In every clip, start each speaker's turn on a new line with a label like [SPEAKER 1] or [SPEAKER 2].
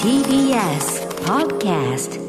[SPEAKER 1] TBS Podcast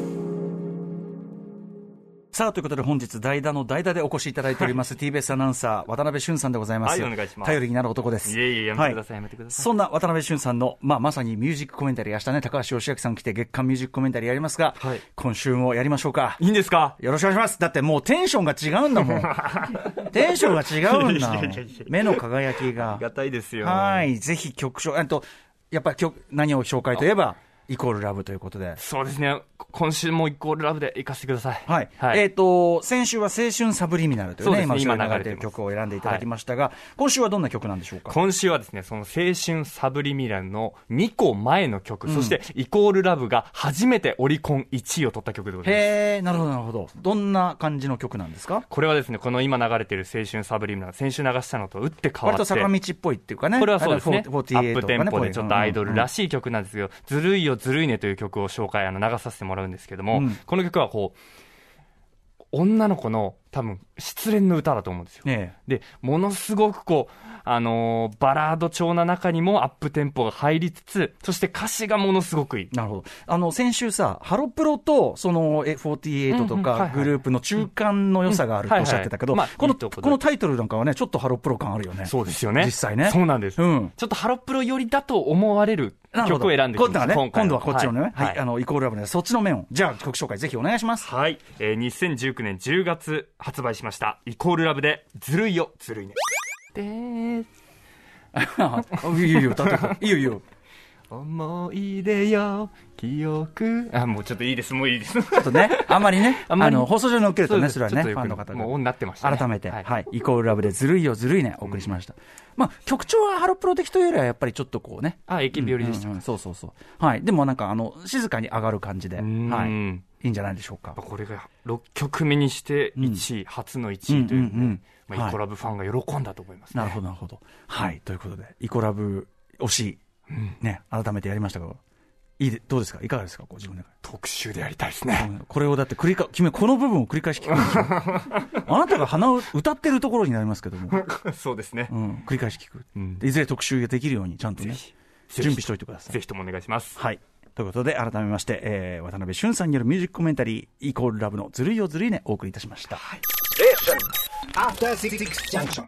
[SPEAKER 2] さあ、ということで本日、代打の代打でお越しいただいております、TBS アナウンサー、渡辺俊さんでございます。
[SPEAKER 3] はいお願いします
[SPEAKER 2] 頼りになる男です。
[SPEAKER 3] いえいえやめてくださいやめてください
[SPEAKER 2] そんな渡辺俊さんの、まあ、まさにミュージックコメンタリー、明日ね、高橋義明さん来て月間ミュージックコメンタリーやりますが、
[SPEAKER 3] はい
[SPEAKER 2] 今週もやりましょうか。
[SPEAKER 3] いいんですか
[SPEAKER 2] よろしくお願いします。だってもうテンションが違うんだもん。 テンションが違うんだも
[SPEAKER 3] いやいやいや
[SPEAKER 2] ん
[SPEAKER 3] いや。
[SPEAKER 2] 目の輝きが
[SPEAKER 3] あり。がたいですよ。
[SPEAKER 2] はい。ぜひ曲紹、えっと、やっぱり曲、何を紹介といえば、イコールラブということで。
[SPEAKER 3] そうですね。今週もイコールラブで行かせてください。
[SPEAKER 2] はい。えっ、と、先週は青春サブリミナルという
[SPEAKER 3] そう
[SPEAKER 2] ね、
[SPEAKER 3] ですね
[SPEAKER 2] 今
[SPEAKER 3] 今
[SPEAKER 2] 後
[SPEAKER 3] 流
[SPEAKER 2] ろに流
[SPEAKER 3] れ
[SPEAKER 2] れて
[SPEAKER 3] て
[SPEAKER 2] る
[SPEAKER 3] ます
[SPEAKER 2] 曲を選んでいただきましたが、今週はどんな曲なんでしょうか
[SPEAKER 3] 今週はですね、その青春サブリミラルの2個前の曲、そしてイコールラブが初めてオリコン1位を取った曲でございます。
[SPEAKER 2] へえ、なるほど、なるほど。どんな感じの曲なんですか
[SPEAKER 3] これはですね、この今流れてる青春サブリミラル、先週流したのと打って変わ
[SPEAKER 2] 割
[SPEAKER 3] っ
[SPEAKER 2] と
[SPEAKER 3] て。
[SPEAKER 2] 坂道っぽいっていうかね。
[SPEAKER 3] これはそうですね。
[SPEAKER 2] あ
[SPEAKER 3] ア
[SPEAKER 2] の48
[SPEAKER 3] ップテンポでちょっとアイドルらしい曲なんですけど、ずるいよずるいねという曲を紹介、あの、流させてもらうんですけども、
[SPEAKER 2] うん
[SPEAKER 3] この曲はこう、女の子の多分失恋の歌だと思うんですよ。
[SPEAKER 2] ね
[SPEAKER 3] で、ものすごくこう、あのーバラード調な中にもアップテンポが入りつつ、そして歌詞がものすごくいい。
[SPEAKER 2] なるほど。あの、先週さ、ハロプロと、その、え48と
[SPEAKER 3] うんうんは
[SPEAKER 2] か
[SPEAKER 3] い、はい
[SPEAKER 2] グループの中間の良さがあるとおっしゃってたけど、
[SPEAKER 3] うんはいはい
[SPEAKER 2] この、
[SPEAKER 3] まあいいとこ
[SPEAKER 2] こ
[SPEAKER 3] で
[SPEAKER 2] のタイトルなんかはね、ちょっとハロプロ感あるよね。
[SPEAKER 3] そうですよね。
[SPEAKER 2] 実際ね
[SPEAKER 3] そうなんです。
[SPEAKER 2] うん
[SPEAKER 3] ちょっとハロプロ寄りだと思われる
[SPEAKER 2] なるほど
[SPEAKER 3] 曲を選んできました。
[SPEAKER 2] 今度はね、
[SPEAKER 3] 回
[SPEAKER 2] 今度はこっちのね、はい、
[SPEAKER 3] はい
[SPEAKER 2] あの、イコールラブね、そっちの面を。じゃあ、曲紹介ぜひお願いします。
[SPEAKER 3] はい、えー、2019年10月発売しました「イコールラブ」で「ずるいよずるいね」で
[SPEAKER 2] あ いいよいいよ、歌って歌っていいよいいよ。
[SPEAKER 3] 思い出よ記憶あもうちょっといいですもういいです
[SPEAKER 2] ちょっとね、あんまりね、あ
[SPEAKER 3] あんまり
[SPEAKER 2] の、放送上に乗っけるとね、そ
[SPEAKER 3] そ
[SPEAKER 2] れ
[SPEAKER 3] う
[SPEAKER 2] は
[SPEAKER 3] です
[SPEAKER 2] ね、
[SPEAKER 3] ち
[SPEAKER 2] フ
[SPEAKER 3] ょっとよく
[SPEAKER 2] ァンの方が。
[SPEAKER 3] もうオンになってましたね
[SPEAKER 2] 改めて、は、
[SPEAKER 3] はいい
[SPEAKER 2] イコールラブでずるいよずるいね、お送りしました。まあ、曲調はハロプロ的というよりは、やっぱりちょっとこうね。
[SPEAKER 3] あ駅日和でした
[SPEAKER 2] うんうんうんそうそうそう。はい。でもなんか、あの、静かに上がる感じで、は
[SPEAKER 3] う
[SPEAKER 2] い。
[SPEAKER 3] ん
[SPEAKER 2] いいんじゃないでしょうか。
[SPEAKER 3] これが6曲目にして1位、初の1位ということ
[SPEAKER 2] うんう
[SPEAKER 3] で、
[SPEAKER 2] んうん
[SPEAKER 3] まあ、イコラブファンが喜んだと思います、ね
[SPEAKER 2] なるほど、なるほど。はい。ということで、イコラブ推し、ね、改めてやりましたが、いいで、どうですかいかがですかこう自分の中で。
[SPEAKER 3] 特集でやりたいですね
[SPEAKER 2] これをだって繰り返、君この部分を繰り返し聞くんでしょあなたが鼻を歌ってるところになりますけども。
[SPEAKER 3] そうですね、
[SPEAKER 2] うん、繰り返し聞く、
[SPEAKER 3] うん
[SPEAKER 2] いずれ特集ができるようにちゃんとね
[SPEAKER 3] ぜひ
[SPEAKER 2] 準備しておいてくださ
[SPEAKER 3] ぜ
[SPEAKER 2] い。
[SPEAKER 3] ひともお願いします
[SPEAKER 2] はいということで改めまして、えー渡辺俊さんによるミュージックコメンタリー「イコールラブのずるいよずるいね」お送りいたしました。
[SPEAKER 4] After Six Junction.